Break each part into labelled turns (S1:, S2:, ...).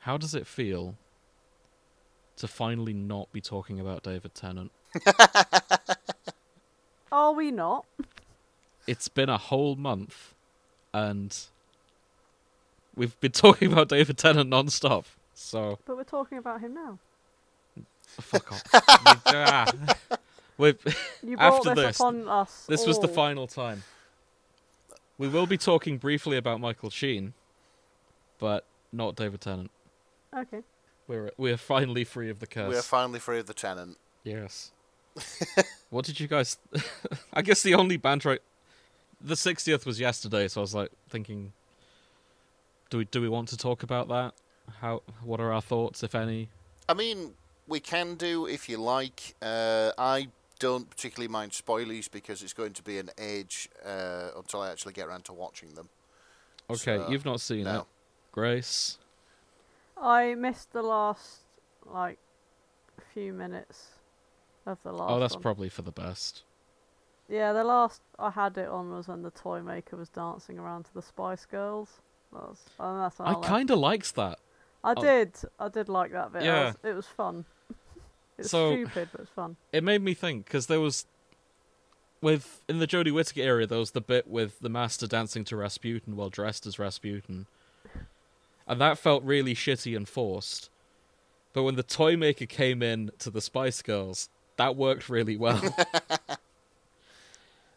S1: How does it feel to finally not be talking about David Tennant?
S2: Are we not?
S1: It's been a whole month and we've been talking about David Tennant non-stop. So,
S2: But we're talking about him now.
S1: fuck off. Ah. We've
S2: You brought
S1: After
S2: this,
S1: this,
S2: upon us.
S1: This was the
S2: all.
S1: final time. We will be talking briefly about Michael Sheen, but not David Tennant.
S2: Okay.
S1: We're we're finally free of the curse.
S3: We are finally free of the tenant.
S1: yes. what did you guys? I guess the only banter. I... The sixtieth was yesterday, so I was like thinking, do we do we want to talk about that? How what are our thoughts, if any?
S3: I mean, we can do if you like. Uh, I don't particularly mind spoilies because it's going to be an age uh, until I actually get around to watching them.
S1: Okay,
S3: So,
S1: you've not seen
S3: no.
S1: it, Grace.
S2: I missed the last like few minutes of the last.
S1: Oh, that's
S2: one.
S1: probably for the best.
S2: Yeah, the last I had it on was when the toy maker was dancing around to the Spice Girls. That was, and that's when I,
S1: I kind of likes that.
S2: I
S1: oh.
S2: did. I did like that bit. I
S1: Yeah.
S2: was- it was fun. It's
S1: So-
S2: stupid, but it's fun.
S1: it made me think because there was with in the Jodie Whittaker area there was the bit with the master dancing to Rasputin while dressed as Rasputin, and that felt really shitty and forced. But when the toy maker came in to the Spice Girls, that worked really well.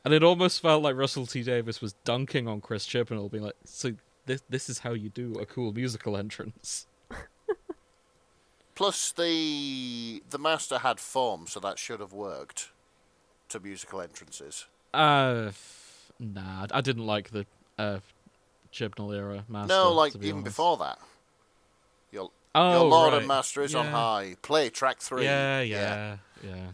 S1: and it almost felt like Russell T Davis was dunking on Chris Chibnall, being like, "So this this is how you do a cool musical entrance."
S3: Plus, the the master had form, so that should have worked to musical entrances.
S1: Uh, f- nah, I didn't like the uh, Chibnall era master.
S3: no, like
S1: to be
S3: even
S1: honest.
S3: before that. Your,
S1: Oh,
S3: your Lord
S1: right.
S3: and Master is on
S1: Yeah.
S3: high. Play track three.
S1: Yeah, yeah, yeah,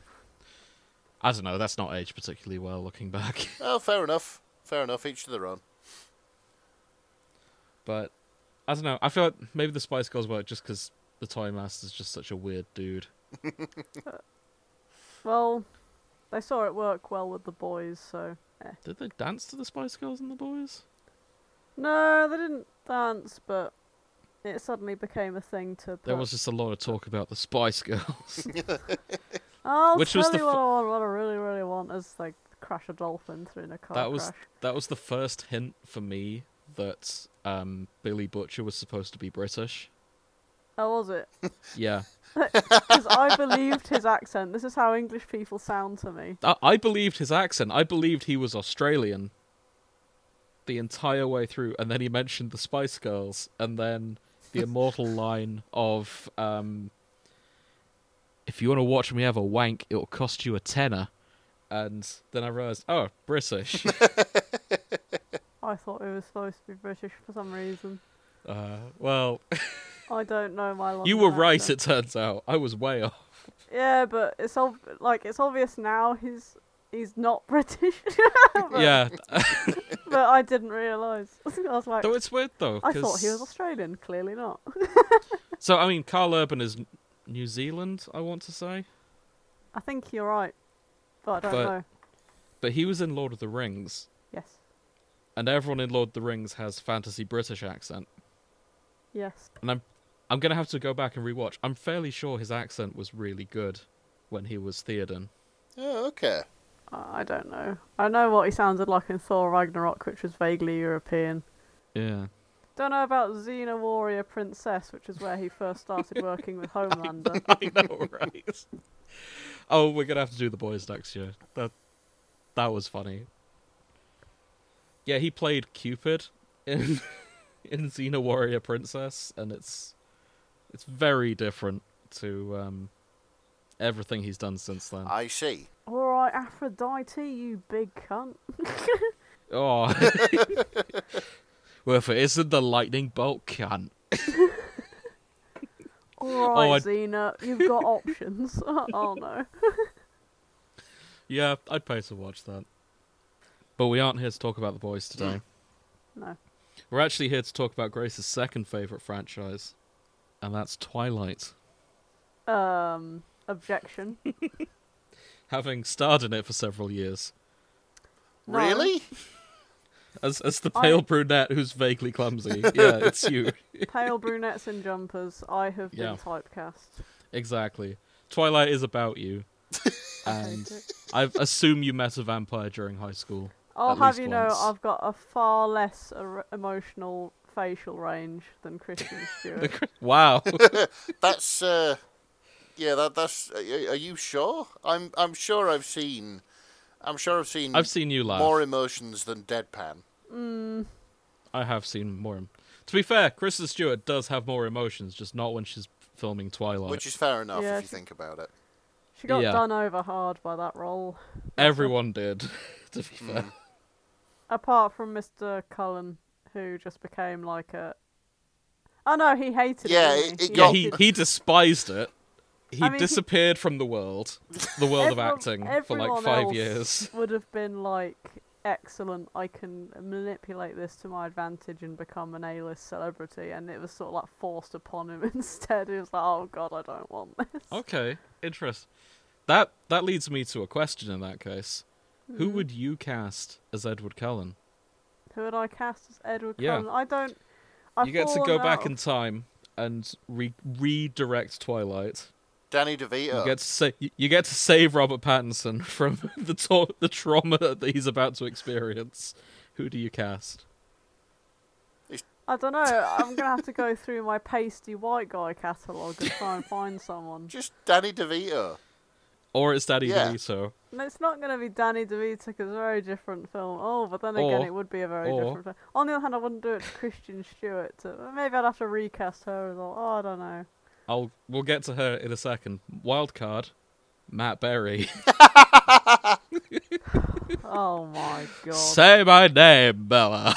S1: I don't know. That's not aged particularly well, looking back.
S3: Oh, fair enough. Fair enough. Each to their own.
S1: But I don't know. I feel like maybe the Spice Girls work just because the Toy Master's just such a weird dude.
S2: Well, they saw it work well with the boys, so eh.
S1: Did they dance to the Spice Girls and the boys?
S2: no, they didn't dance, but it suddenly became a thing to.
S1: There
S2: put-
S1: was just a lot of talk about the Spice Girls.
S2: I'll
S1: Which
S2: tell
S1: was the
S2: you
S1: f-
S2: what, I want, what I really, really want is like crash a dolphin through in a car
S1: that was
S2: crash.
S1: that was the first hint for me that um, Billy Butcher was supposed to be British.
S2: How was it?
S1: Yeah,
S2: Because I believed his accent. This is how English people sound to me.
S1: I, I believed his accent. I believed he was Australian the entire way through, and then he mentioned the Spice Girls, and then the immortal line of um, "If you want to watch me have a wank, it'll cost you a tenner." And then I realized, oh, British.
S2: I thought it was supposed to be British for some reason.
S1: uh, well,
S2: I don't know my. London
S1: you were right.
S2: accent.
S1: It turns out I was way off.
S2: Yeah, but it's ob- like it's obvious now. He's he's not British. but,
S1: Yeah,
S2: But I didn't realise. I was like,
S1: though it's weird though.
S2: I thought he
S1: 'cause-
S2: was Australian. Clearly not.
S1: So I mean, Carl Urban is N- New Zealand. I want to say.
S2: I think you're right, but I don't
S1: But-
S2: know.
S1: But he was in Lord of the Rings,
S2: Yes.
S1: and everyone in Lord of the Rings has fantasy British accent.
S2: Yes.
S1: And I'm I'm gonna have to go back and rewatch. I'm fairly sure his accent was really good when he was Theoden.
S3: Oh, okay.
S2: I I don't know. I know what he sounded like in Thor Ragnarok, which was vaguely European.
S1: Yeah.
S2: Don't know about Xena Warrior Princess, which is where he first started working with Homelander.
S1: I know, right? oh, we're gonna have to do the boys next year. That that was funny. Yeah, he played Cupid in in Xena Warrior Princess, and it's it's very different to um, everything he's done since then.
S3: I see.
S2: All right, Aphrodite, you big cunt.
S1: Oh. well, if it isn't the lightning bolt, cunt.
S2: All right,
S1: I'd-
S2: Xena, you've got options. oh no.
S1: Yeah, I'd pay to watch that. But we aren't here to talk about the boys today.
S2: No.
S1: We're actually here to talk about Grace's second favourite franchise, and that's Twilight.
S2: Um, objection.
S1: Having starred in it for several years.
S2: No.
S3: Really?
S1: As as the
S2: I-
S1: pale brunette who's vaguely clumsy. Yeah, it's you.
S2: Pale brunettes in jumpers. I have
S1: Yeah.
S2: been typecast.
S1: Exactly. Twilight is about you. And I assume you met a vampire during high school.
S2: I'll
S1: At
S2: have
S1: least
S2: you know,
S1: once.
S2: I've got a far less er- emotional facial range than Christian
S1: The
S2: Stewart.
S1: cr- Wow.
S3: That's uh, yeah. That that's. Are are you sure? I'm I'm sure I've seen. I'm sure I've seen
S1: I've seen you laugh.
S3: more emotions than deadpan.
S1: I have seen more. em- To be fair, Kristen Stewart does have more emotions, just not when she's filming Twilight.
S3: Which is fair enough
S2: Yeah,
S3: if you
S2: she-
S3: think about it.
S2: she got
S1: Yeah.
S2: done over hard by that role,
S1: Everyone did. To be fair.
S2: apart from Mr. Cullen, who just became like a. Oh no, he hated
S3: Yeah,
S2: it. didn't
S3: it-
S2: he? He
S3: it
S1: Yeah,
S3: got-
S1: he
S2: hated-
S1: he despised it. He
S2: I mean, he-
S1: disappeared from the world, the world of
S2: Everyone-
S1: acting, for like
S2: everyone
S1: five
S2: else
S1: years.
S2: would have been like excellent i can manipulate this to my advantage and become an a-list celebrity and it was sort of like forced upon him instead he was like oh god i don't want this
S1: Okay, interest. That that leads me to a question. In that case, who
S2: Hmm.
S1: would you cast as Edward Cullen?
S2: who would i cast as edward
S1: Yeah.
S2: cullen i don't I've
S1: you get to go
S2: fallen out
S1: back
S2: of-
S1: in time and re- redirect Twilight.
S3: Danny
S1: You
S3: DeVito.
S1: get to sa- you you get to save Robert Pattinson from the tor- the trauma that he's about to experience. Who do you cast?
S2: i don't know i'm gonna have to go through my pasty white guy catalogue and try and find someone
S3: Just Danny DeVito.
S1: Or it's Daddy
S3: Yeah.
S1: DeVito?
S2: And it's not going to be Danny DeVito because a very different film. Oh, but then again,
S1: Or-
S2: it would be a very
S1: or-
S2: different film. On the other hand, I wouldn't do it to Christian Stewart. To, maybe I'd have to recast her as well. Oh, I don't know.
S1: I'll we'll get to her in a second. Wild card, Matt Berry.
S2: Oh my god.
S1: Say my name, Bella.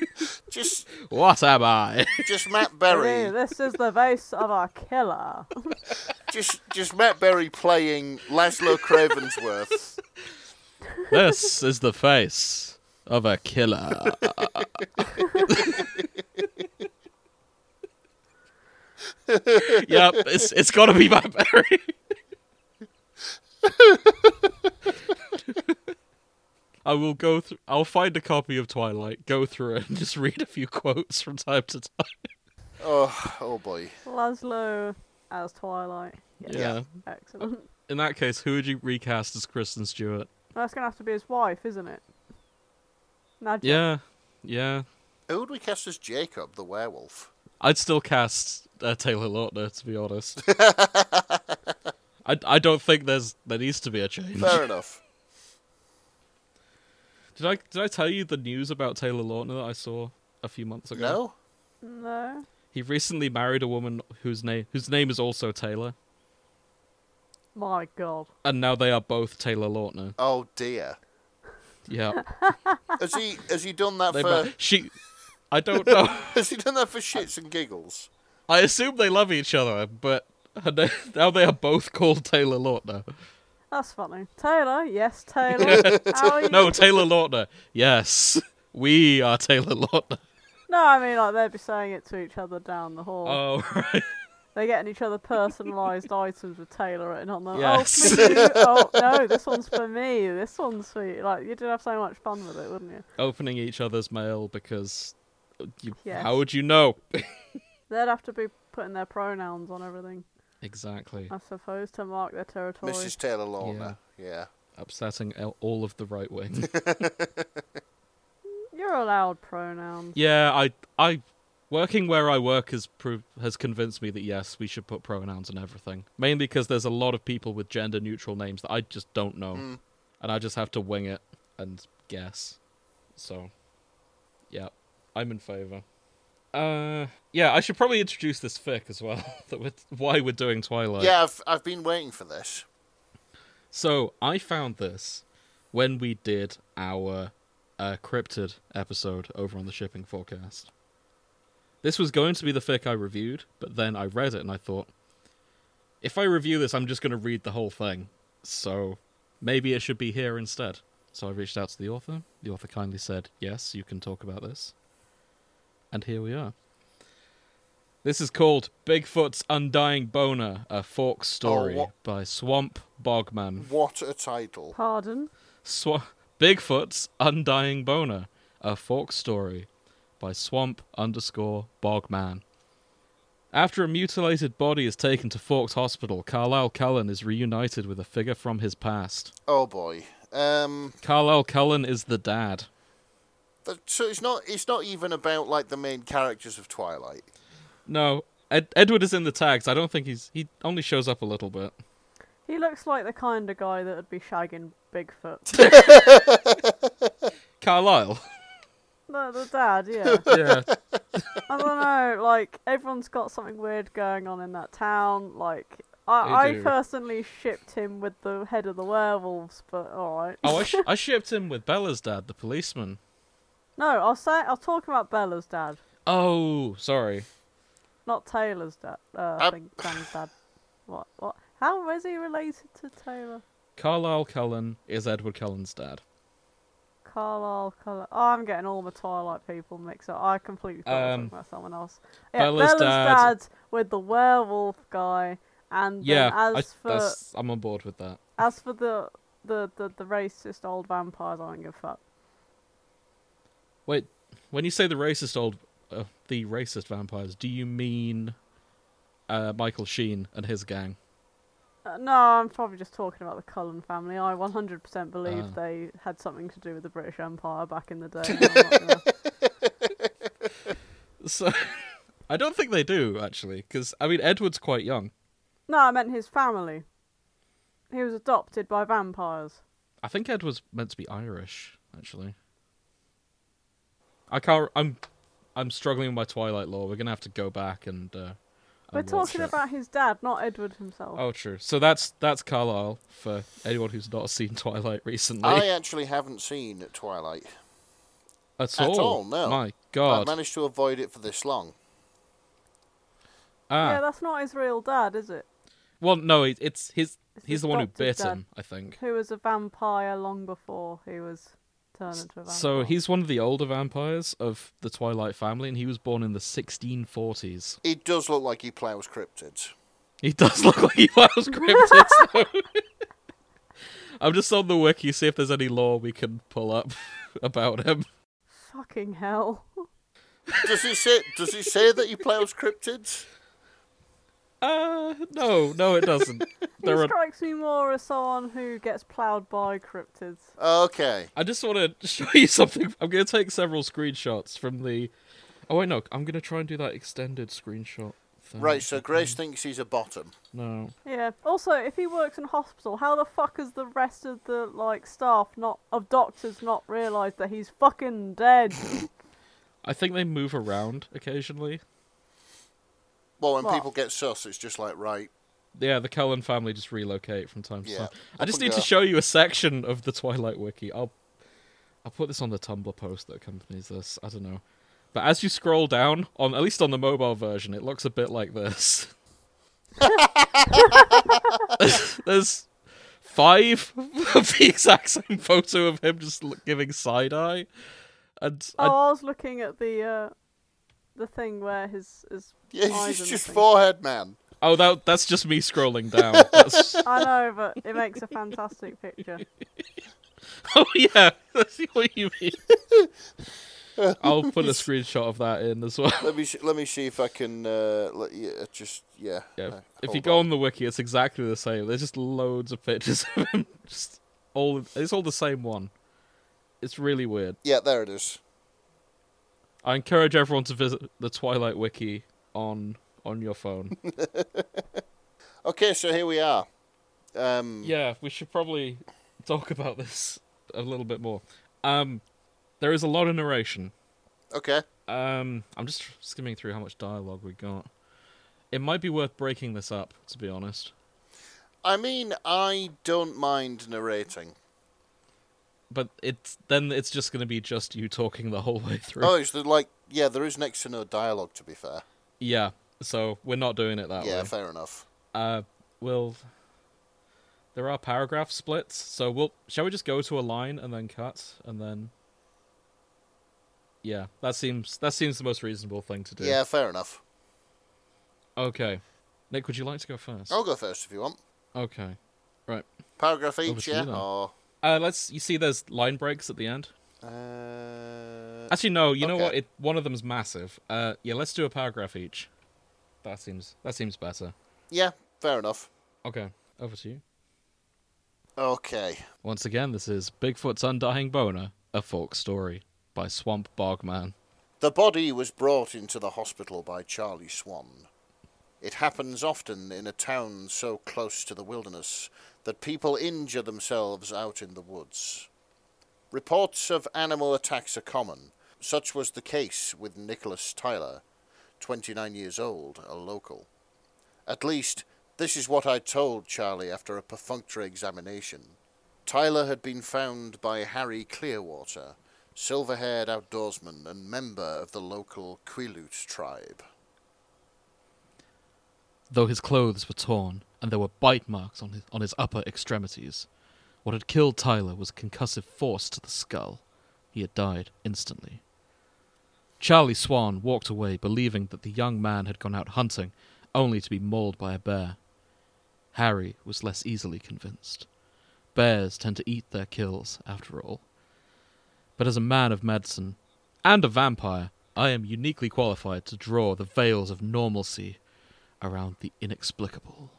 S3: Just
S1: what am I?
S3: just Matt
S2: Hey,
S3: Berry.
S2: this is the base of our killer.
S3: just just Matt Berry playing Laszlo Cravensworth.
S1: this is the face of a killer. yep, it's it's gotta be Matt Berry. I will go through. I'll find a copy of Twilight, go through it, and just read a few quotes from time to time.
S3: Oh oh boy.
S2: Laszlo as Twilight. Yes,
S1: Yeah.
S2: Excellent.
S1: In that case, who would you recast as Kristen Stewart?
S2: That's going to have to be his wife, isn't it? Nadja.
S1: Yeah, yeah.
S3: Who would we cast as Jacob the werewolf?
S1: I'd still cast uh, Taylor Lautner to be honest. I, I don't think there's there needs to be a change.
S3: Fair enough.
S1: Did I did I tell you the news about Taylor Lautner that I saw a few months ago?
S3: No?
S2: No.
S1: He recently married a woman whose name whose name is also Taylor,
S2: My god.
S1: and now they are both Taylor Lautner.
S3: Oh dear.
S1: Yeah,
S3: Has he has he done that
S1: they
S3: for
S1: ma- she. I don't know.
S3: has he done that for shits and giggles?
S1: I assume they love each other, but her na- now they are both called Taylor Lautner.
S2: That's funny. Taylor. Yes, Taylor. How are you?
S1: No, Taylor Lautner. Yes, we are Taylor Lautner.
S2: No, I mean, like, they'd be saying it to each other down the hall.
S1: Oh right.
S2: They're getting each other personalised items with Taylor written on them.
S1: Yes.
S2: Oh, for you. oh, no, this one's for me. This one's for you. Like, you'd have so much fun with it, wouldn't you?
S1: opening each other's mail because you,
S2: Yes.
S1: how would you know?
S2: They'd have to be putting their pronouns on everything,
S1: exactly.
S2: I suppose, to mark their territory.
S3: Mrs. Taylor Lorna. Yeah.
S1: Upsetting el- all of the right wing.
S2: You're allowed pronouns.
S1: yeah, I I working where I work has pro- has convinced me that yes, we should put pronouns on everything. Mainly because there's a lot of people with gender neutral names that I just don't know. And I just have to wing it and guess. So yeah, I'm in favor. Uh yeah, I should probably introduce this fic as well. that we're, why we're doing Twilight.
S3: yeah, I've I've been waiting for this.
S1: So I found this when we did our uh, cryptid episode over on the shipping forecast. This was going to be the fic I reviewed, but then I read it and I thought, if I review this, I'm just going to read the whole thing. So maybe it should be here instead. So I reached out to the author. The author kindly said, yes, you can talk about this. And here we are. This is called Bigfoot's Undying Boner, a Fork Story
S3: what-
S1: by Swamp Bogman.
S3: What a title.
S2: Pardon?
S1: Swa- Bigfoot's Undying Boner, A Fork Story by Swamp underscore Bogman. After a mutilated body is taken to Forked Hospital, Carlisle Cullen is reunited with a figure from his past.
S3: Oh boy. Um,
S1: Carlisle Cullen is the dad.
S3: th- so it's not it's not even about like the main characters of Twilight.
S1: No, Ed- Edward is in the tags. I don't think he's. He only shows up a little bit.
S2: He looks like the kind of guy that would be shagging Bigfoot.
S1: Carlisle.
S2: the, the dad, yeah.
S1: yeah.
S2: I don't know. Like everyone's got something weird going on in that town. Like
S1: They
S2: I, I
S1: do.
S2: personally shipped him with the head of the werewolves, but all right.
S1: Oh, I, sh- I shipped him with Bella's dad, the policeman.
S2: No, I'll say I'll talk about Bella's dad,
S1: Oh, sorry.
S2: not Taylor's dad. Uh, I
S3: Um,
S2: think Dan's dad. What? What? How is he related to Taylor?
S1: Carlisle Cullen is Edward Cullen's dad.
S2: Carlisle, Carlisle. Oh, I'm getting all my Twilight people mixed up. I completely thought I was
S1: Um,
S2: talking about someone else. Yeah,
S1: Bella's
S2: Bella's,
S1: dad-
S2: dad. with the werewolf guy, and
S1: Yeah,
S2: then
S1: I,
S2: as for
S1: that's, I'm on board with that.
S2: as for the, the the the racist old vampires, I don't give a fuck.
S1: Wait, when you say the racist old, uh, the racist vampires, do you mean uh, Michael Sheen and his gang?
S2: Uh, no, I'm probably just talking about the Cullen family. I 100% believe
S1: Ah.
S2: they had something to do with the British Empire back in the day. and I'm not gonna-
S1: So, I don't think they do actually, because I mean Edward's quite young.
S2: No, I meant his family. He was adopted by vampires.
S1: I think Edward's meant to be Irish actually. I can't. I'm, I'm struggling with my Twilight lore. We're gonna have to go back and. Uh, and
S2: We're
S1: watch
S2: talking
S1: it.
S2: about his dad, not Edward himself.
S1: Oh, true. So that's that's Carlisle for anyone who's not seen Twilight recently
S3: I actually haven't seen Twilight.
S1: at,
S3: at
S1: all.
S3: all, no.
S1: My
S3: I
S1: God.
S3: managed to avoid it for this long.
S1: ah.
S2: Yeah, that's not his real dad, is it?
S1: Well, no, it- it's his.
S2: It's
S1: he's
S2: his
S1: the one who
S2: adopted
S1: bit
S2: dad.
S1: him, I think.
S2: Who was a vampire long before he was turned into a vampire.
S1: So he's one of the older vampires of the Twilight family, and he was born in the 1640s.
S3: It does look like he plows cryptids.
S1: He does look like he was cryptids, though. I'm just on the wiki, see if there's any lore we can pull up about him.
S2: Fucking hell.
S3: Does he say does he say that he plows cryptids?
S1: Uh, no, no, it doesn't. there
S2: he
S1: are
S2: strikes me more as someone who gets ploughed by cryptids.
S3: Okay.
S1: I just want to show you something. I'm going to take several screenshots from the. Oh wait, no. I'm going to try and do that extended screenshot. Thing.
S3: Right, so Grace thinks he's a bottom.
S1: No.
S2: Yeah. Also, if he works in a hospital, how the fuck has the rest of the like staff not of doctors not realised that he's fucking dead?
S1: I think they move around occasionally.
S3: Well, when
S2: What?
S3: people get sus, it's just like right.
S1: Yeah, the Cullen family just relocate from time to
S3: Yeah,
S1: time. I just
S3: and
S1: need to
S3: go.
S1: show you a section of the Twilight Wiki. I'll I'll put this on the Tumblr post that accompanies this. I don't know. But as you scroll down, on at least on the mobile version, it looks a bit like this. There's five of the exact same photo of him just look- giving side eye, and
S2: oh,
S1: I-
S2: I was looking at the uh, the thing where his his
S3: Yeah,
S2: eyes
S3: he's
S2: and
S3: just
S2: thing-
S3: forehead man.
S1: oh, that that's just me scrolling down. That's,
S2: I know, but it makes a fantastic picture.
S1: Oh yeah, that's what you mean. I'll put a screenshot of that in as well.
S3: Let me sh- let me see if I can uh, let you, uh, just yeah.
S1: Yeah.
S3: uh,
S1: if you
S3: hold
S1: go on the wiki, it's exactly the same. There's just loads of pictures of him. Just all it's all the same one. It's really weird.
S3: yeah, there it is.
S1: I encourage everyone to visit the Twilight wiki on on your phone.
S3: Okay, so here we are. Um,
S1: yeah, we should probably talk about this a little bit more. Um, there is a lot of narration.
S3: Okay.
S1: Um, I'm just skimming through how much dialogue we got. It might be worth breaking this up, to be honest.
S3: I mean, I don't mind narrating.
S1: But it's then it's just going to be just you talking the whole way through.
S3: Oh, it's the, like yeah, there is next to no dialogue. To be fair.
S1: Yeah, so we're not doing it that
S3: yeah,
S1: way.
S3: fair enough.
S1: uh, we'll. There are paragraph splits, so we'll. Shall we just go to a line and then cut and then? Yeah, that seems that seems the most reasonable thing to do.
S3: Yeah, fair enough.
S1: Okay, Nick, would you like to go first?
S3: I'll go first if you want.
S1: Okay. Right.
S3: Paragraph
S1: it's
S3: each,
S1: you
S3: yeah.
S1: then.
S3: Or
S1: Uh, let's. You see, there's line breaks at the end.
S3: uh, Uh,
S1: Actually, no. You know
S3: Okay.
S1: what? It, one of them's massive. Uh, yeah, let's do a paragraph each. That seems that seems better.
S3: yeah, fair enough.
S1: Okay, over to you.
S3: Okay.
S1: Once again, this is Bigfoot's Undying Boner, a folk story by Swamp Bogman.
S3: The body was brought into the hospital by Charlie Swan. It happens often in a town so close to the wilderness that people injure themselves out in the woods. Reports of animal attacks are common. Such was the case with Nicholas Tyler, 29 years old, a local. At least, this is what I told Charlie after a perfunctory examination. Tyler had been found by Harry Clearwater, silver haired outdoorsman and member of the local Quileute tribe.
S1: Though his clothes were torn and there were bite marks on his, on his upper extremities, what had killed Tyler was concussive force to the skull. He had died instantly. Charlie Swan walked away believing that the young man had gone out hunting only to be mauled by a bear. Harry was less easily convinced. Bears tend to eat their kills, after all. But as a man of medicine and a vampire, I am uniquely qualified to draw the veils of normalcy around the inexplicable.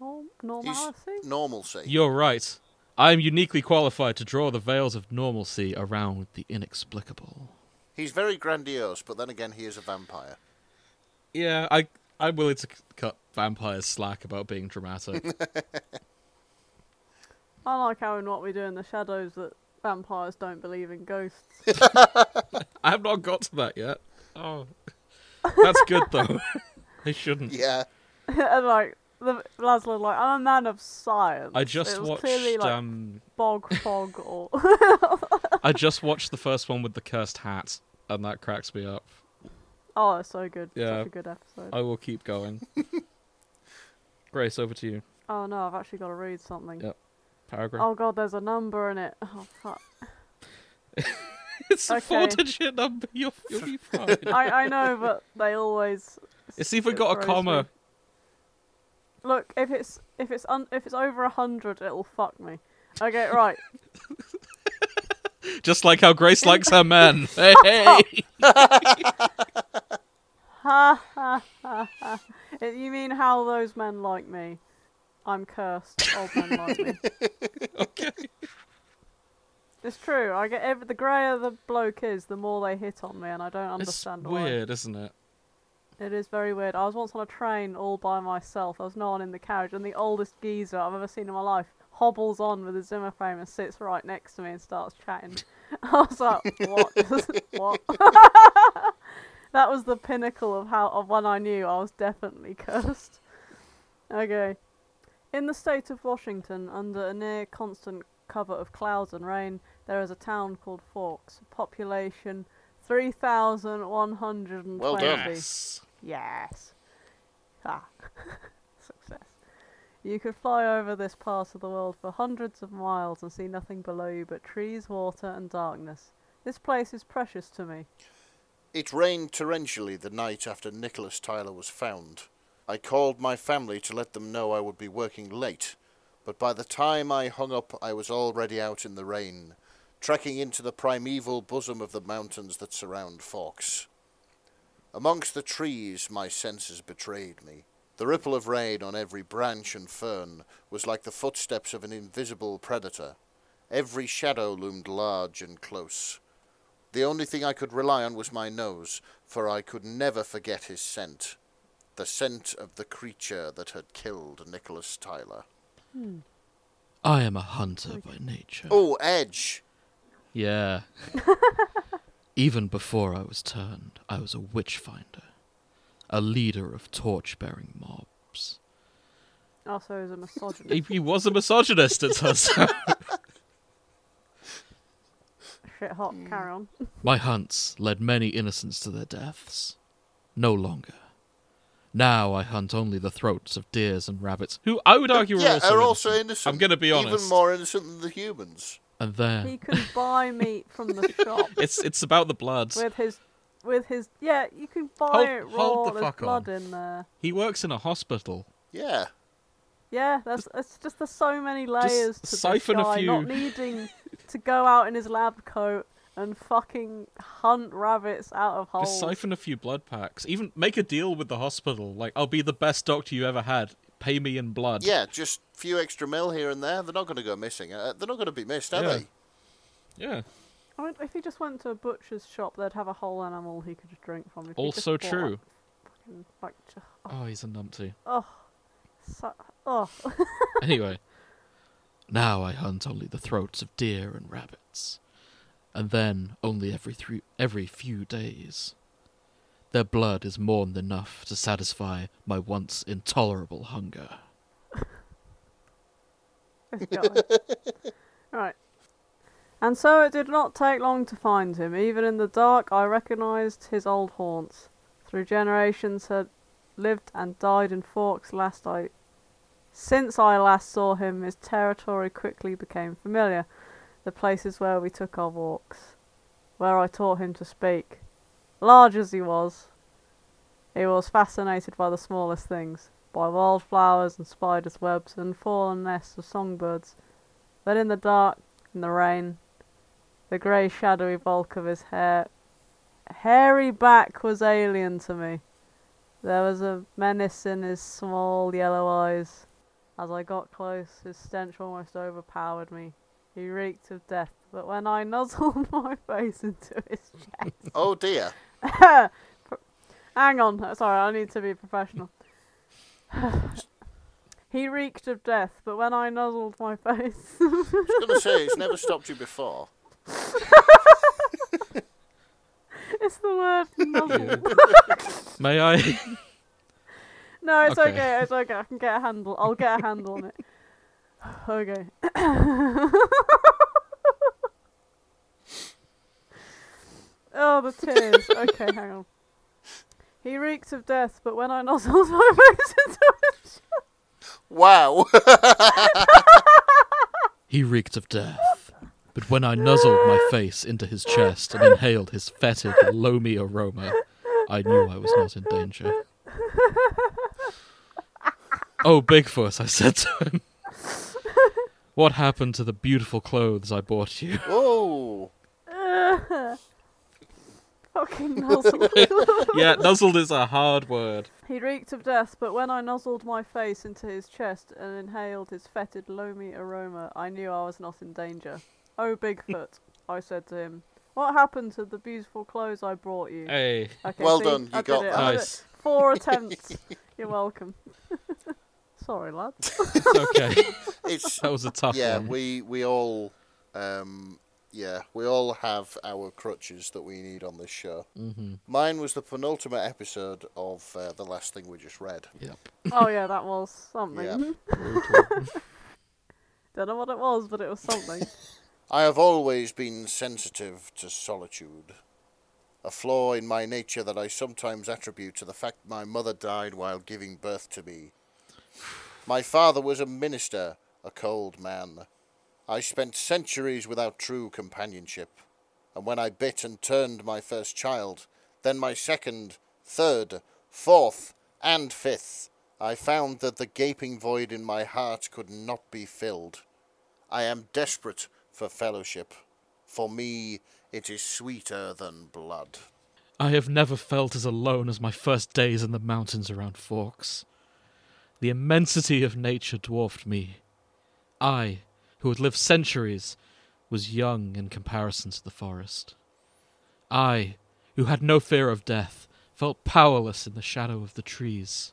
S2: Norm- normality?
S3: Normalcy.
S1: You're right. I am uniquely qualified to draw the veils of normalcy around the inexplicable.
S3: He's very grandiose, but then again, he is a vampire.
S1: Yeah, I I'm willing to c- cut vampires slack about being dramatic.
S2: I like how in what we do in the shadows that vampires don't believe in ghosts.
S1: I have not got to that yet. Oh, that's good though. I shouldn't.
S3: Yeah.
S2: and like the Laszlo, like I'm a man of science.
S1: I just
S2: it was
S1: watched.
S2: clearly like
S1: um,
S2: bog fog or
S1: I just watched the first one with the cursed hat, and that cracks me up.
S2: oh, it's so good.
S1: Yeah.
S2: Such a good episode.
S1: I will keep going. Grace, over to you.
S2: Oh no, I've actually got to read something.
S1: Yeah. Paragraph.
S2: Oh god, there's a number in it. Oh fuck.
S1: it's a
S2: okay.
S1: four-digit number. You'll, you'll be fine.
S2: I I know, but they always.
S1: It's even
S2: it
S1: got a
S2: throws
S1: comma.
S2: me. Look, if it's if it's un- if it's over a hundred, it'll fuck me. Okay, right.
S1: Just like how Grace likes her men. Hey, hey.
S2: Ha ha ha ha. It- You mean how those men like me? I'm cursed. Old men like me.
S1: okay.
S2: It's true. I get every, the grayer the bloke is, the more they hit on me, and I don't understand
S1: it's
S2: why.
S1: weird, isn't it?
S2: It is very weird. I was once on a train all by myself. There was no one in the carriage, and the oldest geezer I've ever seen in my life hobbles on with a Zimmer frame and sits right next to me and starts chatting. I was like, what? what? that was the pinnacle of how of when I knew I was definitely cursed. Okay. In the state of Washington, under a near constant cover of clouds and rain, there is a town called Forks. Population three thousand one hundred and twenty.
S3: Well done.
S1: Yes.
S2: Yes. Ah. Success. You could fly over this part of the world for hundreds of miles and see nothing below you but trees, water, and darkness. This place is precious to me.
S3: It rained torrentially the night after Nicholas Tyler was found. I called my family to let them know I would be working late, but by the time I hung up, I was already out in the rain, trekking into the primeval bosom of the mountains that surround Forks. Amongst the trees, my senses betrayed me. The ripple of rain on every branch and fern was like the footsteps of an invisible predator. Every shadow loomed large and close. The only thing I could rely on was my nose, for I could never forget his scent. The scent of the creature that had killed Nicholas Tyler.
S1: I am a hunter by nature.
S3: Oh, Edge!
S1: Yeah. Even before I was turned, I was a witch finder, a leader of torch bearing mobs.
S2: Also, is a misogynist.
S1: He, he was a misogynist, it turns out.
S2: Shit hot. Carry on.
S1: My hunts led many innocents to their deaths. No longer. Now I hunt only the throats of deers and rabbits, who I would argue
S3: yeah,
S1: are also,
S3: are also
S1: innocent.
S3: innocent.
S1: I'm gonna be honest.
S3: Even more innocent than the humans.
S1: And there,
S2: He can buy meat from the shop
S1: it's it's about the blood.
S2: with his, with his. Yeah, you can buy
S1: Hold-
S2: it raw.
S1: hold the
S2: There's
S1: fuck
S2: blood
S1: on.
S2: in there.
S1: He works in a hospital.
S3: Yeah.
S2: Yeah, that's it's just there's so many layers to
S1: siphon a
S2: this guy
S1: few.
S2: not needing to go out in his lab coat and fucking hunt rabbits out of holes.
S1: Just siphon a few blood packs. Even make a deal with the hospital. Like, I'll be the best doctor you ever had. Pay me in blood.
S3: Yeah, just few extra mil here and there. They're not going to go missing. Uh, they're not going to be missed, are
S1: Yeah.
S3: they?
S1: Yeah.
S2: I mean, if he just went to a butcher's shop, they'd have a whole animal he could just drink from. If he just
S1: Also
S2: bought,
S1: true.
S2: Like, fucking, like, ju-
S1: Oh, he's a numpty.
S2: oh, so, oh,
S1: anyway, now I hunt only the throats of deer and rabbits, and then only every three, every few days. Their blood is more than enough to satisfy my once intolerable hunger.
S2: this guy. right. And so it did not take long to find him. Even in the dark, I recognised his old haunts. Through generations had lived and died in Forks last I. Since I last saw him, his territory quickly became familiar. The places where we took our walks, where I taught him to speak. Large as he was, he was fascinated by the smallest things, by wildflowers and spiders' webs and fallen nests of songbirds. But in the dark, in the rain, the grey shadowy bulk of his hair, hairy back was alien to me. There was a menace in his small yellow eyes. As I got close, his stench almost overpowered me. He reeked of death, but when I nuzzled my face into his
S3: Oh dear.
S2: Hang on, sorry, I need to be professional. he reeked of death, but when I nuzzled my face,
S3: I was going to say it's never stopped you before.
S2: it's the word nuzzle.
S1: May I?
S2: No, it's okay.
S1: Okay.
S2: it's okay. I can get a handle. I'll get a handle on it. Okay. oh, the tears. Okay, hang on. He reeks of death, but when I nuzzled my face into his
S3: Wow.
S1: He reeked of death, but when I nuzzled my face into his chest and inhaled his fetid, loamy aroma, I knew I was not in danger. Oh, Bigfoot, I said to him. What happened to the beautiful clothes I bought you?
S3: Whoa.
S2: fucking nuzzle.
S1: yeah, nuzzled is a hard word.
S2: He reeked of death, but when I nuzzled my face into his chest and inhaled his fetid, loamy aroma, I knew I was not in danger. Oh, Bigfoot, I said to him, what happened to the beautiful clothes I brought you?
S1: Hey,
S2: Okay,
S3: Well
S2: see,
S3: done, you
S2: I did
S3: got
S2: it,
S3: that.
S2: I did it.
S1: Eh. nice.
S2: Four attempts. You're welcome. Sorry, lad.
S1: It's okay.
S3: It's
S1: That was a tough
S3: yeah.
S1: one.
S3: We we all um yeah we all have our crutches that we need on this show.
S1: Mm-hmm.
S3: Mine was the penultimate episode of uh, the last thing we just read.
S1: Yep.
S2: Oh yeah, that was something.
S3: Yeah.
S2: Don't know what it was, but it was something.
S3: I have always been sensitive to solitude, a flaw in my nature that I sometimes attribute to the fact my mother died while giving birth to me. My father was a minister, a cold man. I spent centuries without true companionship, and when I bit and turned my first child, then my second, third, fourth, and fifth, I found that the gaping void in my heart could not be filled. I am desperate for fellowship. For me, it is sweeter than blood.
S1: I have never felt as alone as my first days in the mountains around Forks. The immensity of nature dwarfed me. I, who had lived centuries, was young in comparison to the forest. I, who had no fear of death, felt powerless in the shadow of the trees.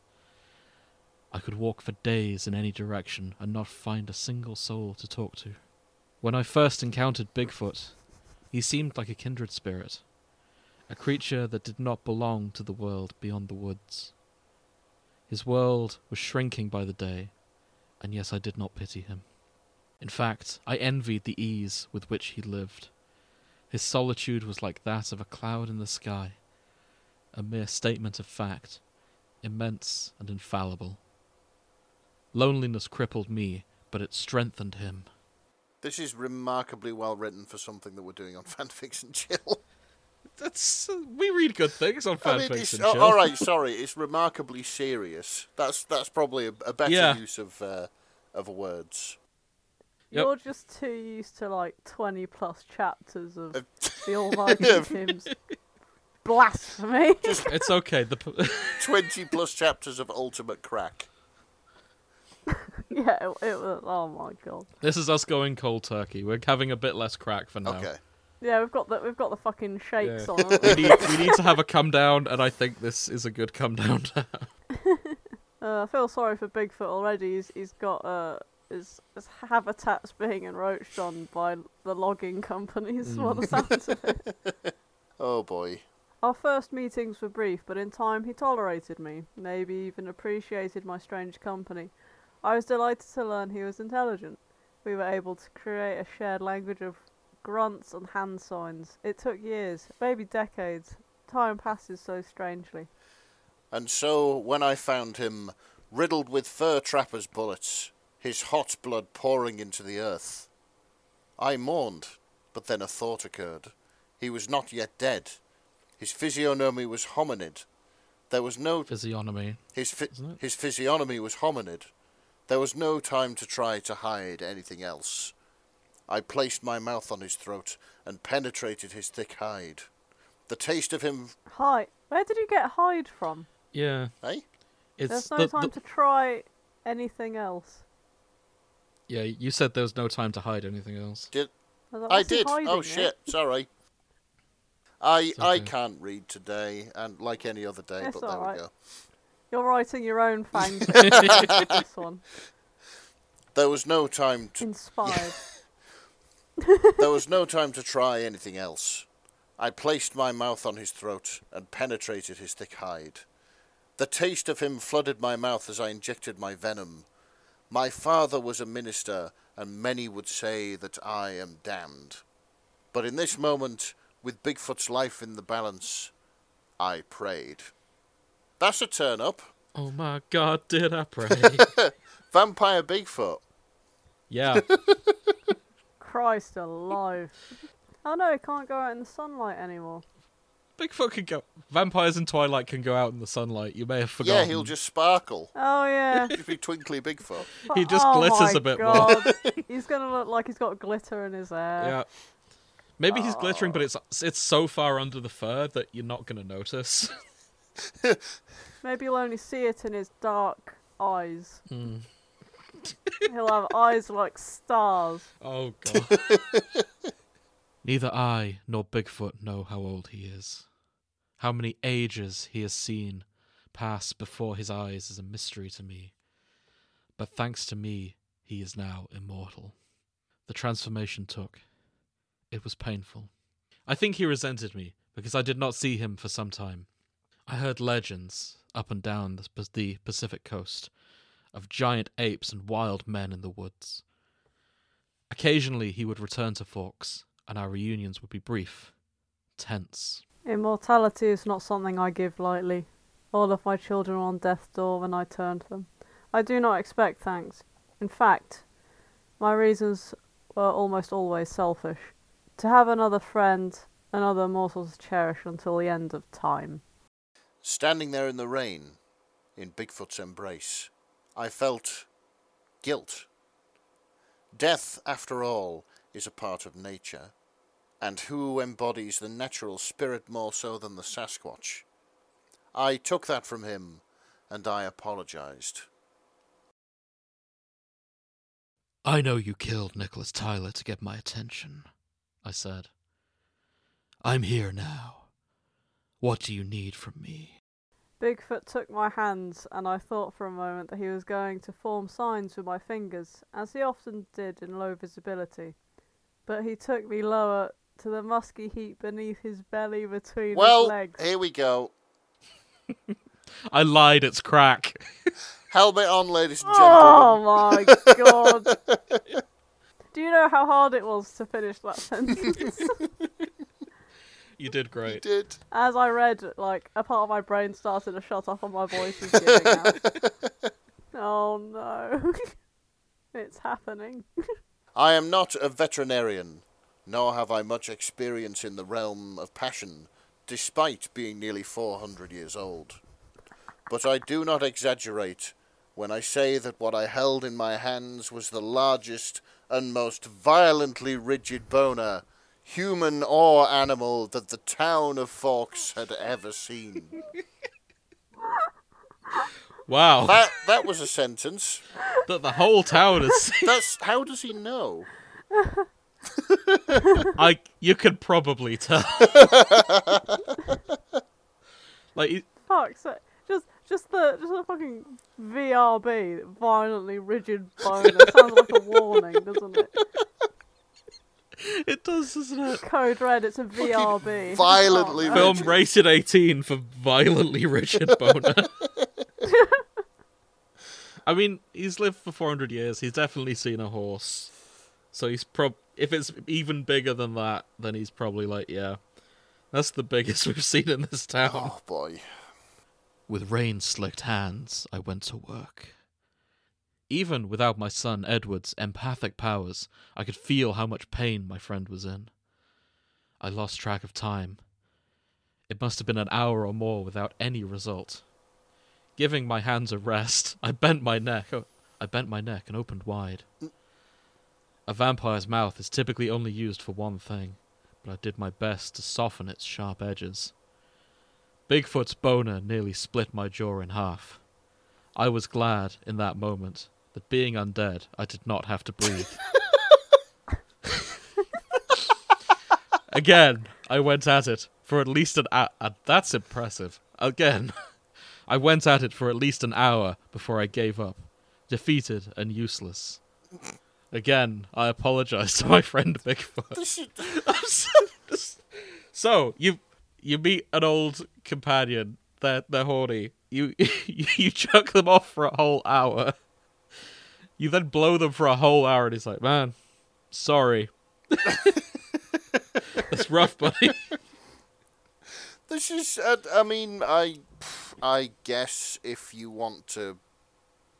S1: I could walk for days in any direction and not find a single soul to talk to. When I first encountered Bigfoot, he seemed like a kindred spirit a creature that did not belong to the world beyond the woods. His world was shrinking by the day, and yet I did not pity him. In fact, I envied the ease with which he lived. His solitude was like that of a cloud in the sky, a mere statement of fact, immense and infallible. Loneliness crippled me, but it strengthened him.
S3: This is remarkably well written for something that we're doing on fanfiction chill.
S1: That's uh, we read good things on
S3: I mean, it's, oh, all right, sorry, it's remarkably serious. That's that's probably a, a better
S1: Yeah.
S3: use of uh, of words.
S1: Yep.
S2: You're just too used to like twenty plus chapters of
S3: Uh,
S2: the Almighty Tim's blasphemy.
S1: It's okay. The p-
S3: 20 plus chapters of Ultimate Crack.
S2: yeah, it, it was. Oh my god.
S1: this is us going cold turkey. We're having a bit less crack for now.
S3: Okay.
S2: Yeah, we've got the we've got the fucking shakes
S1: Yeah.
S2: on. haven't we?
S1: We need, we need to have a come down, and I think this is a good come down. To have.
S2: Uh, I feel sorry for Bigfoot already. He's he's got uh his, his habitats being encroached on by the logging companies. What
S1: Mm.
S2: the sounds of it.
S3: Oh boy.
S2: Our first meetings were brief, but in time he tolerated me, maybe even appreciated my strange company. I was delighted to learn he was intelligent. We were able to create a shared language of grunts and hand signs. It took years, maybe decades. Time passes so strangely.
S3: And so, when I found him, riddled with fur trapper's bullets, his hot blood pouring into the earth, I mourned, but then a thought occurred. He was not yet dead. His physiognomy was hominid. There was no
S1: Physiognomy.
S3: his phy-
S1: Isn't it?
S3: his physiognomy was hominid. There was no time to try to hide anything else. I placed my mouth on his throat and penetrated his thick hide. The taste of him,
S2: Hi, where did you get hide from?
S1: Yeah.
S3: eh?
S1: It's
S2: There's no
S1: the-
S2: time
S1: the-
S2: to try anything else.
S1: Yeah, you said there was no time to hide anything else.
S3: Did
S2: I, was like,
S3: I
S2: "What's he
S3: did.
S2: hiding, eh?"
S3: Oh shit! Sorry. I I
S1: okay.
S3: can't read today, and like any other day.
S2: It's
S3: but there
S2: alright.
S3: we go.
S2: You're writing your own fanfic. this one.
S3: There was no time to
S2: Inspired.
S3: there was no time to try anything else. I placed my mouth on his throat and penetrated his thick hide. The taste of him flooded my mouth as I injected my venom. My father was a minister, and many would say that I am damned. But in this moment, with Bigfoot's life in the balance, I prayed. That's a turn up.
S1: Oh my god, did I pray?
S3: Vampire Bigfoot.
S1: yeah.
S2: Christ alive. Oh no, he can't go out in the sunlight anymore.
S1: Bigfoot can go. Vampires in Twilight can go out in the sunlight. You may have forgotten.
S3: Yeah, he'll just sparkle.
S2: Oh yeah.
S3: Just be twinkly Bigfoot.
S1: He just
S2: oh
S1: glitters
S2: my
S1: a bit more.
S2: God. he's gonna look like he's got glitter in his hair.
S1: Yeah. Maybe he's glittering, but it's it's so far under the fur that you're not gonna notice.
S2: Maybe you'll only see it in his dark eyes.
S1: Hmm.
S2: He'll have eyes like stars.
S1: oh god. Neither I nor Bigfoot know how old he is. How many ages he has seen pass before his eyes is a mystery to me. But thanks to me, he is now immortal. The transformation took. It was painful. I think he resented me because I did not see him for some time. I heard legends up and down the Pas- the Pacific coast of giant apes and wild men in the woods. Occasionally, he would return to Forks, and our reunions would be brief, tense.
S2: Immortality is not something I give lightly. All of my children were on death's door when I turned them. I do not expect thanks. In fact, my reasons were almost always selfish. To have another friend, another mortal to cherish until the end of time.
S3: Standing there in the rain, in Bigfoot's embrace, I felt guilt. Death, after all, is a part of nature, and who embodies the natural spirit more so than the Sasquatch? I took that from him, and I apologized.
S1: I know you killed Nicholas Tyler to get my attention, I said. I'm here now. What do you need from me?
S2: Bigfoot took my hands, and I thought for a moment that he was going to form signs with my fingers, as he often did in low visibility. But he took me lower to the musky heap beneath his belly between his
S3: Well,
S2: legs.
S3: here we go.
S1: I lied, it's crack.
S3: Helmet on, ladies and gentlemen.
S2: Oh my god. Do you know how hard it was to finish that sentence?
S1: You did
S3: You
S1: great.
S3: did.
S2: As I read, like, a part of my brain started to shut off and my voice was giving out. oh no. it's happening.
S3: I am not a veterinarian, nor have I much experience in the realm of passion, despite being nearly 400 years old. But I do not exaggerate when I say that what I held in my hands was the largest and most violently rigid boner human or animal, that the town of Forks had ever seen.
S1: Wow,
S3: That that was a sentence.
S1: that the whole town is.
S3: That's how does he know?
S1: I you could probably tell. like it-
S2: Fuck, so just just the just the fucking VRB, violently rigid boner. Sounds like a warning, doesn't it?
S1: it does, doesn't it?
S2: Code red. It's a VRB.
S3: violently
S2: Oh, no.
S1: Film
S3: Rigid.
S1: rated 18 for violently rigid boner. I mean, he's lived for 400 years. He's definitely seen a horse. So he's prob if it's even bigger than that, then he's probably like, yeah. That's the biggest we've seen in this town.
S3: Oh boy.
S1: With rain slicked hands, I went to work. Even without my son Edward's empathic powers, I could feel how much pain my friend was in. I lost track of time. It must have been an hour or more without any result. Giving my hands a rest, I bent my neck. oh, I bent my neck and opened wide. A vampire's mouth is typically only used for one thing, but I did my best to soften its sharp edges. Bigfoot's boner nearly split my jaw in half. I was glad in that moment that being undead, I did not have to breathe. Again, I went at it for at least an hour. Ah, that's impressive. Again, I went at it for at least an hour before I gave up, defeated and useless. Again, I apologize to my friend Bigfoot.
S3: This is-
S1: I'm so, just- so, you you meet an old companion. They're they're horny. You you chuck them off for a whole hour. You then blow them for a whole hour, and he's like, "Man, sorry, that's rough, buddy."
S3: This is. Uh, I mean, I, I guess if you want to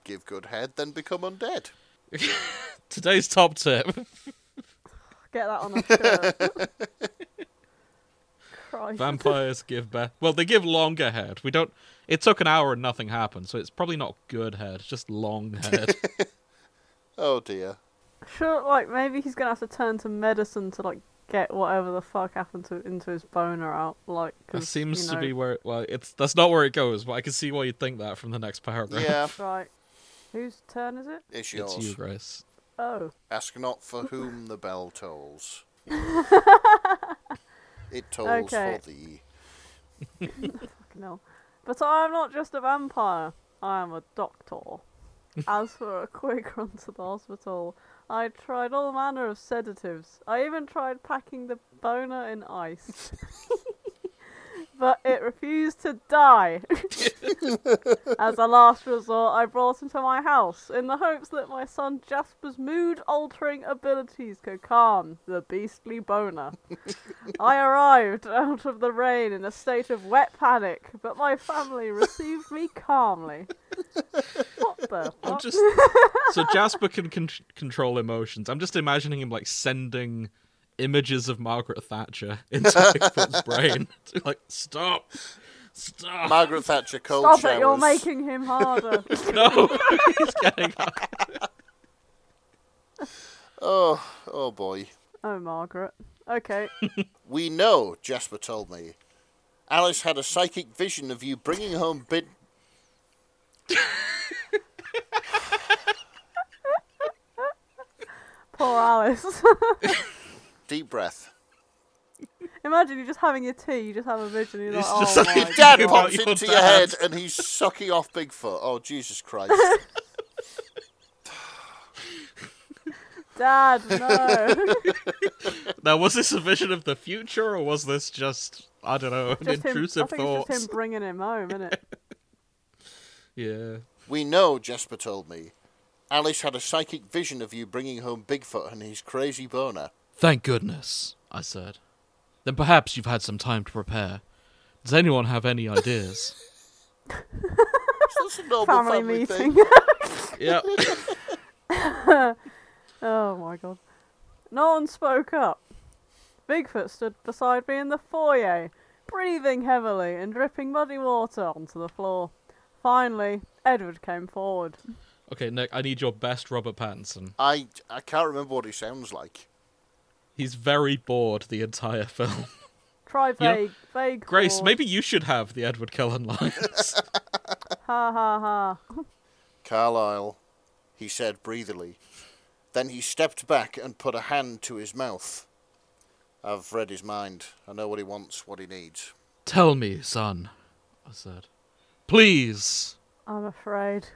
S3: give good head, then become undead.
S1: Today's top tip:
S2: Get that on a shirt. Christ.
S1: vampires give back. Well, they give longer head. We don't. It took an hour and nothing happened, so it's probably not good head. It's just long head.
S3: Oh dear.
S2: Sure, like maybe he's gonna have to turn to medicine to like get whatever the fuck happened to into his boner out. Like,
S1: that
S2: 'cause,
S1: seems
S2: you
S1: to
S2: know,
S1: be where. It, well, it's that's not where it goes, but I can see why you'd think that from the next paragraph.
S3: Yeah,
S2: right. Whose turn is it?
S3: it's yours.
S1: It's you, Grace.
S2: Oh,
S3: Ask not for whom the bell tolls. it tolls
S2: Okay.
S3: for thee.
S2: fucking hell. But I am not just a vampire. I am a doctor. As for a quick run to the hospital, I tried all manner of sedatives. I even tried packing the boner in ice. but it refused to die. As a last resort, I brought him to my house in the hopes that my son Jasper's mood altering abilities could calm the beastly boner. I arrived out of the rain in a state of wet panic, but my family received me calmly. What the
S1: I'm
S2: fuck?
S1: just so Jasper can con- control emotions. I'm just imagining him like sending images of Margaret Thatcher into Bigfoot's brain. To, like, stop, stop.
S3: Margaret Thatcher cold
S2: Stop
S3: showers.
S2: it, you're making him harder.
S1: no, he's getting up.
S3: Oh, oh boy.
S2: oh, Margaret. Okay.
S3: We know, Jasper told me. Alice had a psychic vision of you bringing home bid.
S2: Poor Alice.
S3: Deep breath.
S2: Imagine you're just having your tea, you just have a vision, you're like,
S1: It's
S2: oh
S1: just like
S2: my
S1: your
S3: Dad
S1: Think about
S3: pops
S1: your
S3: into your
S1: dad.
S3: head and he's sucking off Bigfoot. Oh, Jesus Christ.
S2: dad, no.
S1: Now, was this a vision of the future, or was this just I don't know, an
S2: just him, I
S1: intrusive
S2: think
S1: thought?
S2: it's just him bringing him home, isn't it?
S1: Yeah.
S3: We know, Jasper told me. Alice had a psychic vision of you bringing home Bigfoot and his crazy boner.
S1: Thank goodness, I said. Then perhaps you've had some time to prepare. Does anyone have any ideas?
S3: That's a normal
S2: Family,
S3: family,
S2: meeting.
S3: thing.
S1: yep.
S2: oh my god. No one spoke up. Bigfoot stood beside me in the foyer, breathing heavily and dripping muddy water onto the floor. Finally, Edward came forward.
S1: Okay, Nick, I need your best Robert Pattinson.
S3: I, I can't remember what he sounds like.
S1: He's very bored the entire film.
S2: Try
S1: know-
S2: vague, vague.
S1: Grace,
S2: forward.
S1: maybe you should have the Edward Cullen lines.
S2: Ha ha ha.
S3: Carlyle, he said breathily. Then he stepped back and put a hand to his mouth. I've read his mind. I know what he wants, what he needs.
S1: Tell me, son, I said. Please.
S2: I'm afraid.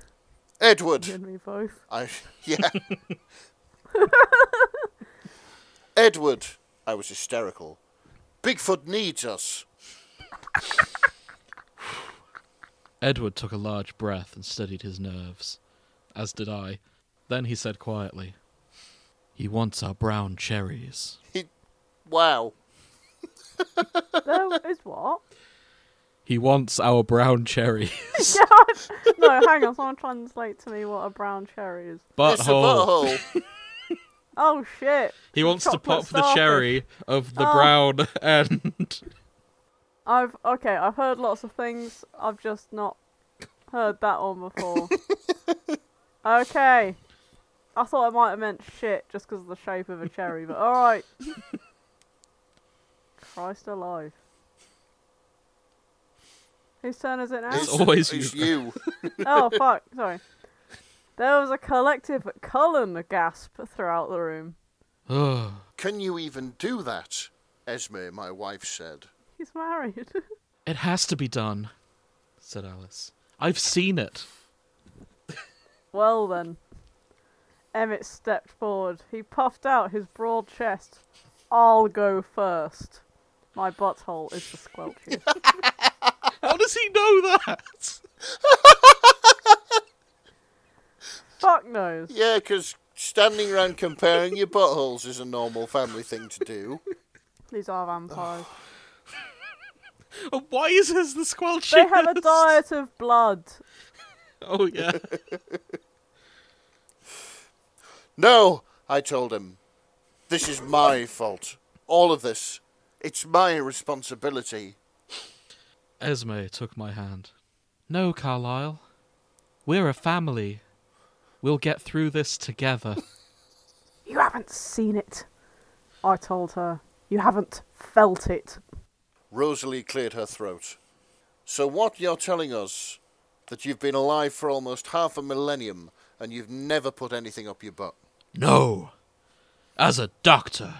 S2: You
S3: Edward!
S2: and me both.
S3: I. Yeah. Edward! I was hysterical. Bigfoot needs us.
S1: Edward took a large breath and steadied his nerves, as did I. Then he said quietly, He wants our brown cherries.
S3: He. Wow.
S2: There is what?
S1: He wants our brown cherries.
S2: No, hang on. Someone translate to me what a brown cherry is.
S1: Butthole.
S3: It's a butthole.
S2: Oh shit.
S1: He wants to
S2: Chocolate
S1: pop the
S2: starfish.
S1: cherry of the
S2: Oh.
S1: brown end.
S2: I've okay. I've heard lots of things. I've just not heard that one before. okay. I thought I might have meant shit just because of the shape of a cherry, but all right. Christ alive. Whose turn is it now?
S1: It's always
S3: it's
S1: you.
S3: you.
S2: oh fuck! Sorry. There was a collective Cullen gasp throughout the room.
S1: Ugh.
S3: Can you even do that? Esme, my wife, said.
S2: He's married.
S1: it has to be done, said Alice. I've seen it.
S2: Well then. Emmett stepped forward. He puffed out his broad chest. I'll go first. My butthole is the squelchiest.
S1: How does he know that?
S2: Fuck knows.
S3: Yeah, because standing around comparing your buttholes is a normal family thing to do.
S2: These are vampires.
S1: And Why is his the squelch?
S2: they have a diet of blood.
S1: Oh yeah.
S3: No, I told him. This is my fault. All of this. It's my responsibility.
S1: Esme took my hand. No, Carlyle. We're a family. We'll get through this together.
S2: You haven't seen it. I told her. You haven't felt it.
S3: Rosalie cleared her throat. So, what you're telling us that you've been alive for almost half a millennium and you've never put anything up your butt?
S1: no. As a doctor,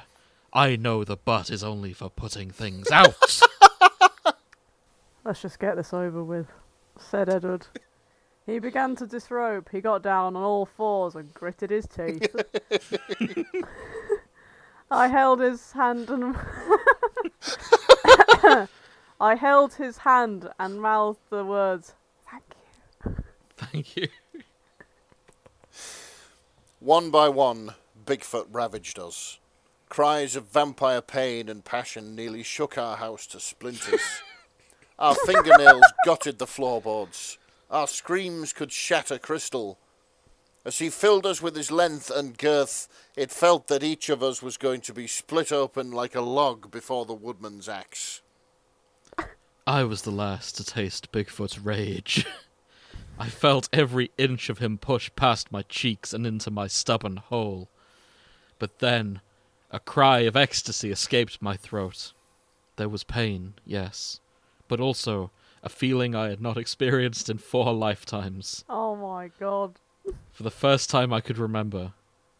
S1: I know the butt is only for putting things out.
S2: Let's just get this over with, said Edward. He began to disrobe. He got down on all fours and gritted his teeth. I held his hand and. I held his hand and mouthed the words, Thank you.
S1: Thank you.
S3: One by one, Bigfoot ravaged us. Cries of vampire pain and passion nearly shook our house to splinters. our fingernails gutted the floorboards. Our screams could shatter crystal. As he filled us with his length and girth, it felt that each of us was going to be split open like a log before the woodman's axe.
S1: I was the last to taste Bigfoot's rage. I felt every inch of him push past my cheeks and into my stubborn hole. But then, a cry of ecstasy escaped my throat. There was pain, yes, but also a feeling I had not experienced in four lifetimes.
S2: Oh my god.
S1: For the first time I could remember,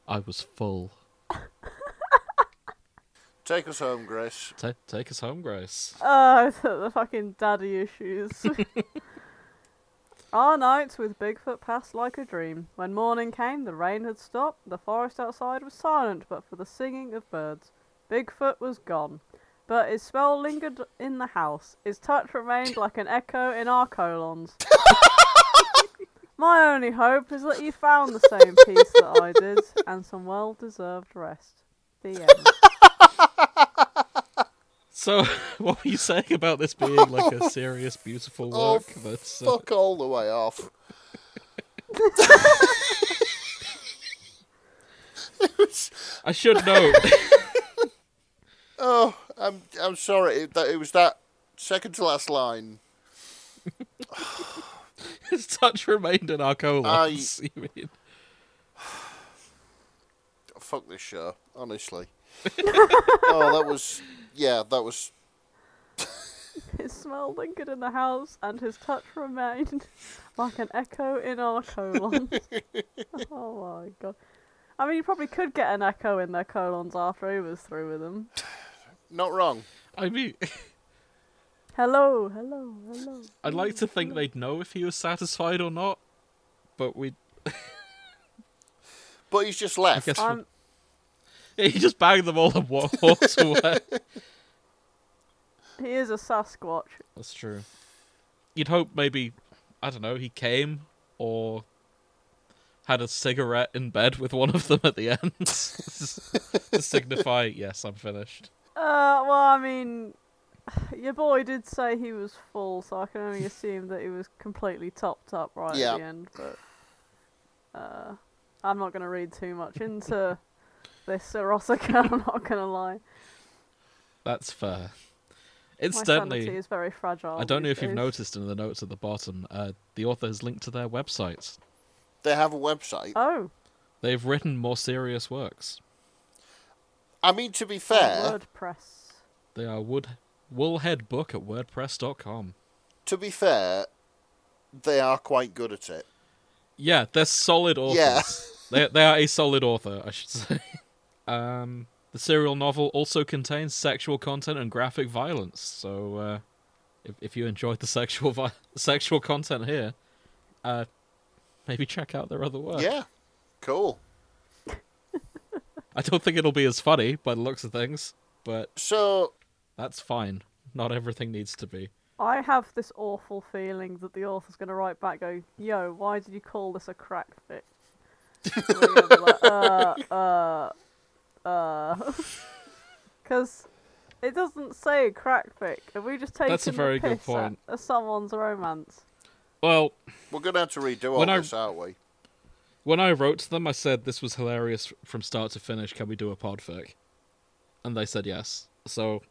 S1: I was full.
S3: Take us home, Grace.
S1: Ta take us home, Grace.
S2: Oh, the fucking daddy issues. Our nights with Bigfoot passed like a dream. When morning came, the rain had stopped, the forest outside was silent but for the singing of birds. Bigfoot was gone, but his smell lingered in the house. His touch remained like an echo in our colons. My only hope is that you found the same peace that I did and some well deserved rest. The end.
S1: So, what were you saying about this being like a serious, beautiful
S3: Oh,
S1: work? that's, uh,
S3: Fuck all the way off.
S1: I should note.
S3: Oh, I'm I'm sorry. It, that, it was that second to last line.
S1: His touch remained in our colons. you mean?
S3: Fuck this show, honestly. oh, that was. Yeah, that was.
S2: His smell lingered in the house, and his touch remained like an echo in our colons. oh my god. I mean, you probably could get an echo in their colons after he was through with them.
S3: Not wrong.
S1: I mean,
S2: Hello, hello, hello.
S1: I'd like to think they'd know if he was satisfied or not, but we.
S3: But he's just
S1: I
S3: left.
S1: guess
S2: I'm,
S1: he just bagged them all and wa- walked away.
S2: he is a Sasquatch.
S1: That's true. You'd hope maybe, I don't know, he came or had a cigarette in bed with one of them at the end to signify, yes, I'm finished.
S2: Uh, well, I mean, your boy did say he was full, so I can only assume that he was completely topped up right
S3: Yeah.
S2: at the end. But uh, I'm not going to read too much into this erotica. I'm not going to lie.
S1: That's fair.
S2: My
S1: Incidentally,
S2: sanity is very fragile.
S1: I don't know
S2: these
S1: if you've
S2: days.
S1: noticed in the notes at the bottom, uh, the author has linked to their websites.
S3: They have a website.
S2: Oh,
S1: They've written more serious works.
S3: I mean, to be fair,
S2: WordPress.
S1: They are wood woolhead book at wordpress.com.
S3: to be fair, they are quite good at it.
S1: Yeah, they're solid authors. they
S3: Yeah.
S1: they are a solid author, I should say. Um, the serial novel also contains sexual content and graphic violence. So, uh, if if you enjoyed the sexual vi- sexual content here, uh, maybe check out their other work.
S3: Yeah, cool.
S1: I don't think it'll be as funny by the looks of things, but
S3: So
S1: that's fine. Not everything needs to be.
S2: I have this awful feeling that the author's going to write back, go, "Yo, why did you call this a crack fic?" And we're gonna be like, uh, uh, uh, because it doesn't say crack fic. Have we just taken
S1: That's a very
S2: the
S1: good
S2: piss
S1: point.
S2: At, at someone's romance?
S1: Well,
S3: we're gonna have to redo all
S1: When I-
S3: this, aren't we?
S1: When I wrote to them, I said this was hilarious from start to finish. Can we do a podfic? And they said yes. So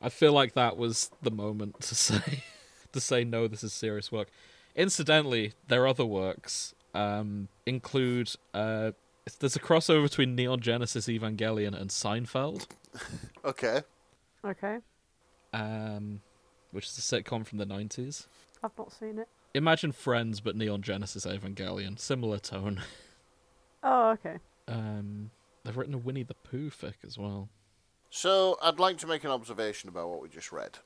S1: I feel like that was the moment to say to say no. This is serious work. Incidentally, their other works um, include uh, it's- there's a crossover between Neon Genesis Evangelion and Seinfeld,
S3: Okay.
S2: Okay,
S1: um, which is a sitcom from the '90s.
S2: I've not seen it.
S1: Imagine Friends, but Neon Genesis Evangelion, similar tone.
S2: Oh, okay.
S1: Um, they've written a Winnie the Pooh fic as well.
S3: So I'd like to make an observation about what we just read.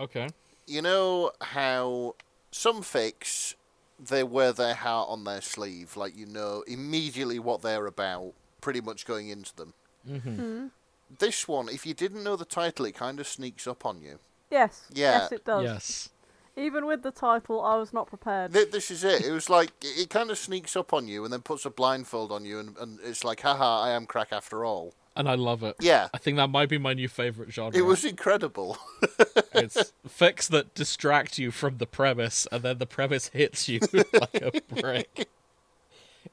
S1: Okay.
S3: You know how some fakes they wear their heart on their sleeve, like you know immediately what they're about, pretty much going into them.
S1: Mm-hmm.
S3: This one, if you didn't know the title, it kind of sneaks up on you.
S2: Yes.
S3: Yeah.
S2: Yes, it does.
S1: Yes.
S2: Even with the title, I was not prepared.
S3: Th- This is it. It was like it it kind of sneaks up on you and then puts a blindfold on you, and, and it's like, haha, I am crack after all.
S1: And I love it.
S3: Yeah,
S1: I think that might be my new favorite genre.
S3: it was incredible.
S1: it's fics that distract you from the premise, and then the premise hits you like a brick.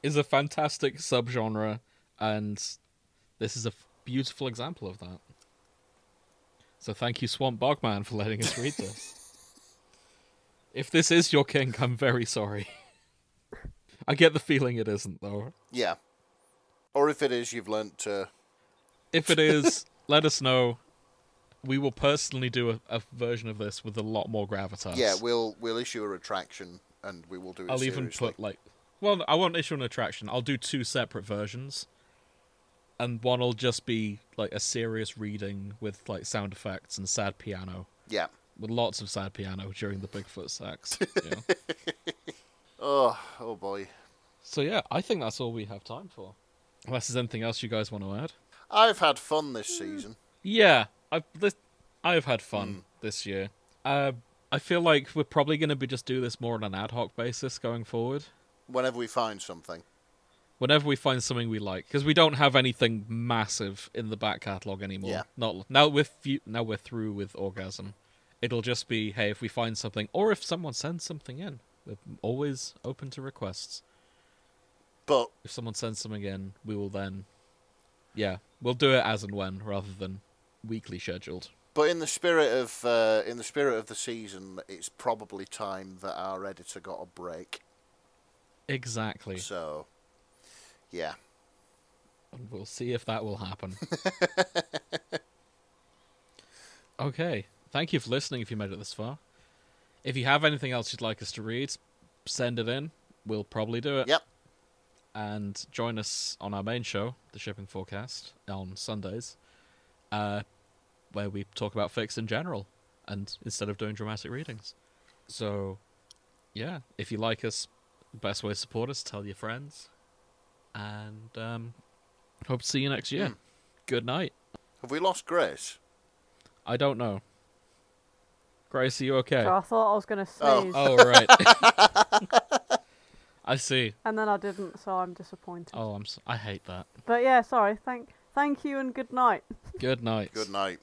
S1: Is a fantastic subgenre, and this is a f- beautiful example of that. So thank you, Swamp Bogman, for letting us read this. if this is your kink, I'm very sorry. I get the feeling it isn't, though.
S3: yeah, or if it is, you've learnt to.
S1: If it is, let us know. We will personally do a, a version of this with a lot more gravitas.
S3: Yeah, we'll we'll issue a retraction and we will do it.
S1: I'll even
S3: seriously.
S1: put like, well, I won't issue an attraction. I'll do two separate versions, and one will just be like a serious reading with like sound effects and sad piano,
S3: Yeah.
S1: with lots of sad piano during the Bigfoot sax. you know.
S3: Oh, oh boy.
S1: So yeah, I think that's all we have time for. Unless there's anything else you guys want to add.
S3: I've had fun this season.
S1: Yeah, I've this, I've had fun this year. Uh, I feel like we're probably going to be just do this more on an ad hoc basis going forward.
S3: Whenever we find something,
S1: Whenever we find something we like, because we don't have anything massive in the back catalog anymore.
S3: Yeah.
S1: Not now we're few, now we're through with orgasm. It'll just be hey, if we find something, or if someone sends something in, we're always open to requests.
S3: but
S1: If someone sends something in, we will then, yeah, we'll do it as and when rather than weekly scheduled.
S3: but in the spirit of uh, in the spirit of the season, it's probably time that our editor got a break.
S1: Exactly.
S3: So, yeah.
S1: and we'll see if that will happen. okay. Thank you for listening if you made it this far. If you have anything else you'd like us to read, send it in. We'll probably do it.
S3: Yep.
S1: And join us on our main show, The Shipping Forecast, on Sundays, uh, where we talk about fics in general and instead of doing dramatic readings. So, yeah, if you like us, best way to support us, tell your friends. And um, hope to see you next year.
S3: Hmm.
S1: Good night.
S3: Have we lost Grace?
S1: I don't know. Grace, are you okay?
S2: So I thought I was going to
S3: Oh.
S2: sneeze,
S1: Oh, right. I see.
S2: and then I didn't, so I'm disappointed.
S1: Oh, I'm. s I hate that.
S2: But yeah, sorry. Thank, thank you, and good night.
S1: Good night.
S3: Good night.